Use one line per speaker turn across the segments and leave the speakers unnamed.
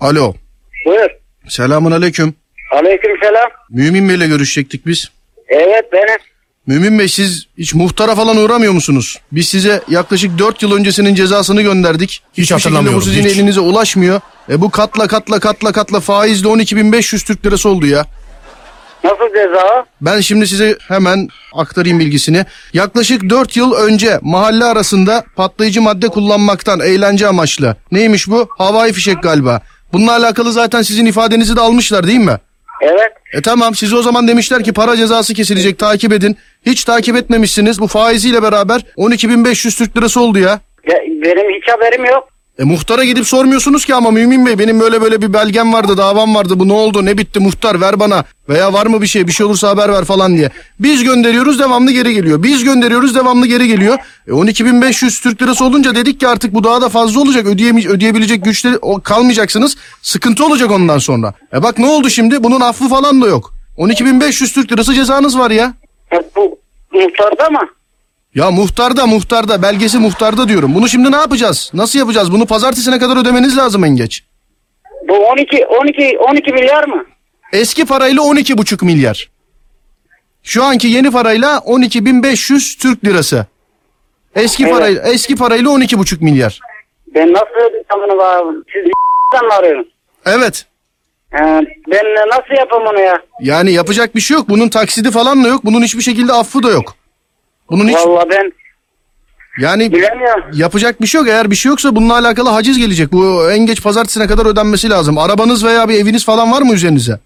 Alo.
Buyur.
Selamun aleyküm.
Aleyküm selam.
Mümin Bey'le görüşecektik biz.
Evet benim.
Mümin Bey siz hiç muhtara falan uğramıyor musunuz? Biz size yaklaşık 4 yıl öncesinin cezasını gönderdik. Hiçbir şekilde
hatırlamıyorum,
bu sizin
hiç.
elinize ulaşmıyor. E bu katla katla katla katla faizle 12.500 Türk lirası oldu ya.
Nasıl ceza?
Ben şimdi size hemen aktarayım bilgisini. Yaklaşık 4 yıl önce mahalle arasında patlayıcı madde kullanmaktan eğlence amaçlı. Neymiş bu? Havai fişek galiba. Bununla alakalı zaten sizin ifadenizi de almışlar değil mi?
Evet.
E tamam size o zaman demişler ki para cezası kesilecek takip edin. Hiç takip etmemişsiniz. Bu faiziyle beraber 12.500 Türk lirası oldu ya.
Ya, benim hiç haberim yok.
E muhtara gidip sormuyorsunuz ki ama Mümin Bey benim böyle böyle bir belgem vardı davam vardı bu ne oldu ne bitti muhtar ver bana veya var mı bir şey bir şey olursa haber ver falan diye. Biz gönderiyoruz devamlı geri geliyor biz gönderiyoruz devamlı geri geliyor. E 12.500 Türk lirası olunca dedik ki artık bu daha da fazla olacak ödeyeme- ödeyebilecek güçleri o- kalmayacaksınız sıkıntı olacak ondan sonra. E bak ne oldu şimdi bunun affı falan da yok 12.500 Türk lirası cezanız var ya.
Ya, Bu muhtarda mı?
Ya muhtarda muhtarda belgesi muhtarda diyorum bunu şimdi ne yapacağız nasıl yapacağız bunu pazartesine kadar ödemeniz lazım en geç.
Bu 12 12 12 milyar mı?
Eski parayla 12,5 milyar. Şu anki yeni parayla 12.500 Türk lirası. Eski
Evet.
parayla eski parayla 12,5 milyar.
Ben nasıl ödeyeceğim bunu bana? Siz mi arıyorsunuz?
Evet.
Ee, ben nasıl yapayım bunu ya?
Yani yapacak bir şey yok. Bunun taksidi falan da yok. Bunun hiçbir şekilde affı da yok. Bunun hiç
Vallahi ben
yani
bilemiyorum.
yapacak bir şey yok. Eğer bir şey yoksa bununla alakalı haciz gelecek. Bu en geç pazartesine kadar ödenmesi lazım. Arabanız veya bir eviniz falan var mı üzerinize?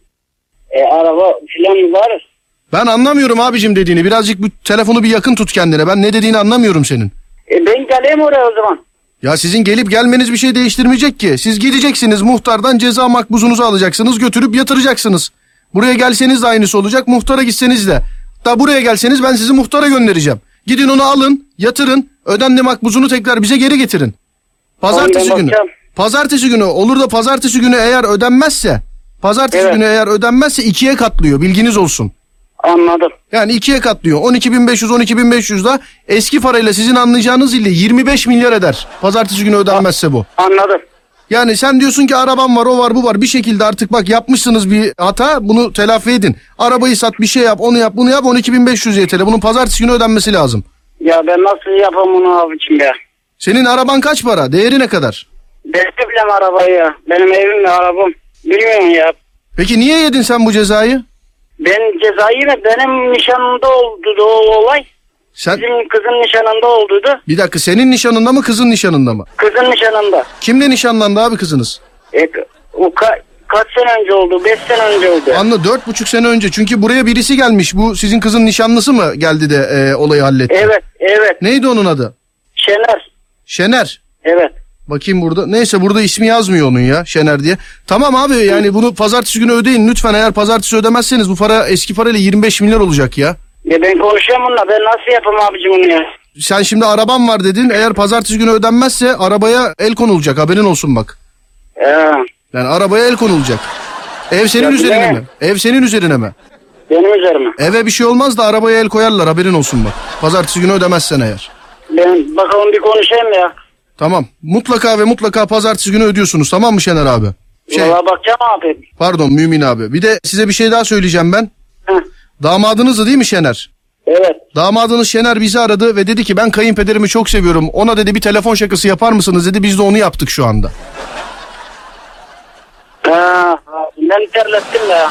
E, araba filan var.
Ben anlamıyorum abicim dediğini. Birazcık bu telefonu bir yakın tut kendine. Ben ne dediğini anlamıyorum senin.
E, ben geleyim oraya o zaman.
Ya sizin gelip gelmeniz bir şey değiştirmeyecek ki. Siz gideceksiniz muhtardan ceza makbuzunuzu alacaksınız götürüp yatıracaksınız. Buraya gelseniz de aynısı olacak muhtara gitseniz de. Da buraya gelseniz ben sizi muhtara göndereceğim. Gidin onu alın yatırın ödemli makbuzunu tekrar bize geri getirin. Pazartesi
Tamam, ben
günü.
bakacağım.
Pazartesi günü olur da pazartesi günü eğer ödenmezse. Pazartesi
Evet.
günü eğer ödenmezse ikiye katlıyor bilginiz olsun.
Anladım.
Yani ikiye katlıyor. 12.500 12.500 da eski parayla sizin anlayacağınız ile 25 milyar eder. Pazartesi günü ödenmezse bu.
Anladım.
Yani sen diyorsun ki arabam var o var bu var bir şekilde artık bak yapmışsınız bir hata bunu telafi edin. Arabayı sat bir şey yap onu yap bunu yap 12.500 YTL bunun pazartesi günü ödenmesi lazım.
Ya ben nasıl yapayım bunu abicim ya?
Senin araban kaç para değeri ne kadar?
Ben bilmem arabayı ya. Benim evim ve arabam. Bilmiyorum ya.
Peki niye yedin sen bu cezayı?
Ben cezayı yine benim nişanımda oldu da o olay.
Sen
Bizim kızın nişanında oldu da.
bir dakika senin nişanında mı kızın nişanında mı?
Kızın nişanında.
Kimle nişanlandı abi kızınız?
E, o ka- kaç sene önce oldu? Beş sene önce oldu.
Anla dört buçuk sene önce çünkü buraya birisi gelmiş bu sizin kızın nişanlısı mı geldi de e, olayı halletti?
evet, evet.
Neydi onun adı?
Şener.
Şener.
Evet.
Bakayım burada. Neyse burada ismi yazmıyor onun ya Şener diye. Tamam abi yani bunu pazartesi günü ödeyin lütfen. Eğer pazartesi ödemezseniz bu para eski parayla 25 milyar olacak ya.
Ya ben konuşuyorum bununla. Ben nasıl yapayım abicim bunu ya?
Sen şimdi araban var dedin. Eğer pazartesi günü ödenmezse arabaya el konulacak. Haberin olsun bak.
Ee,
Yani arabaya el konulacak. Ev senin
Ya
üzerine
bilemem.
mi? Ev senin üzerine mi?
benim üzerime.
Eve bir şey olmaz da arabaya el koyarlar. Haberin olsun bak. Pazartesi günü ödemezsen eğer.
Ben bakalım bir konuşayım ya.
Tamam. Mutlaka ve mutlaka pazartesi günü ödüyorsunuz. Tamam mı Şener abi? Şey,
Vallahi bakacağım abi.
pardon Mümin abi. Bir de size bir şey daha söyleyeceğim ben.
Heh,
Damadınızdı değil mi Şener?
evet.
Damadınız Şener bizi aradı ve dedi ki ben kayınpederimi çok seviyorum. Ona dedi bir telefon şakası yapar mısınız dedi. Biz de onu yaptık şu anda.
Ha, ben terlettim ya.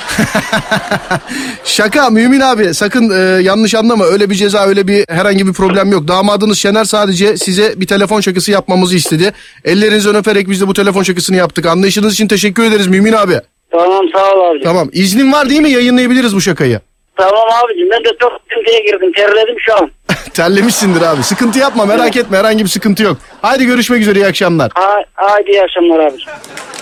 Şaka Mümin abi sakın e, yanlış anlama. Öyle bir ceza öyle bir herhangi bir problem yok. Damadınız Şener sadece size bir telefon şakası yapmamızı istedi. Ellerinizden öperek biz de bu telefon şakasını yaptık. Anlayışınız için teşekkür ederiz Mümin abi.
tamam sağ ol abicim.
Tamam iznin var değil mi yayınlayabiliriz bu şakayı.
Tamam abicim ben de çok sıkıntıya girdim. Terledim şu an.
Terlemişsindir abi. Sıkıntı yapma merak etme herhangi bir sıkıntı yok. Haydi görüşmek üzere iyi akşamlar.
Ha, haydi iyi akşamlar abicim.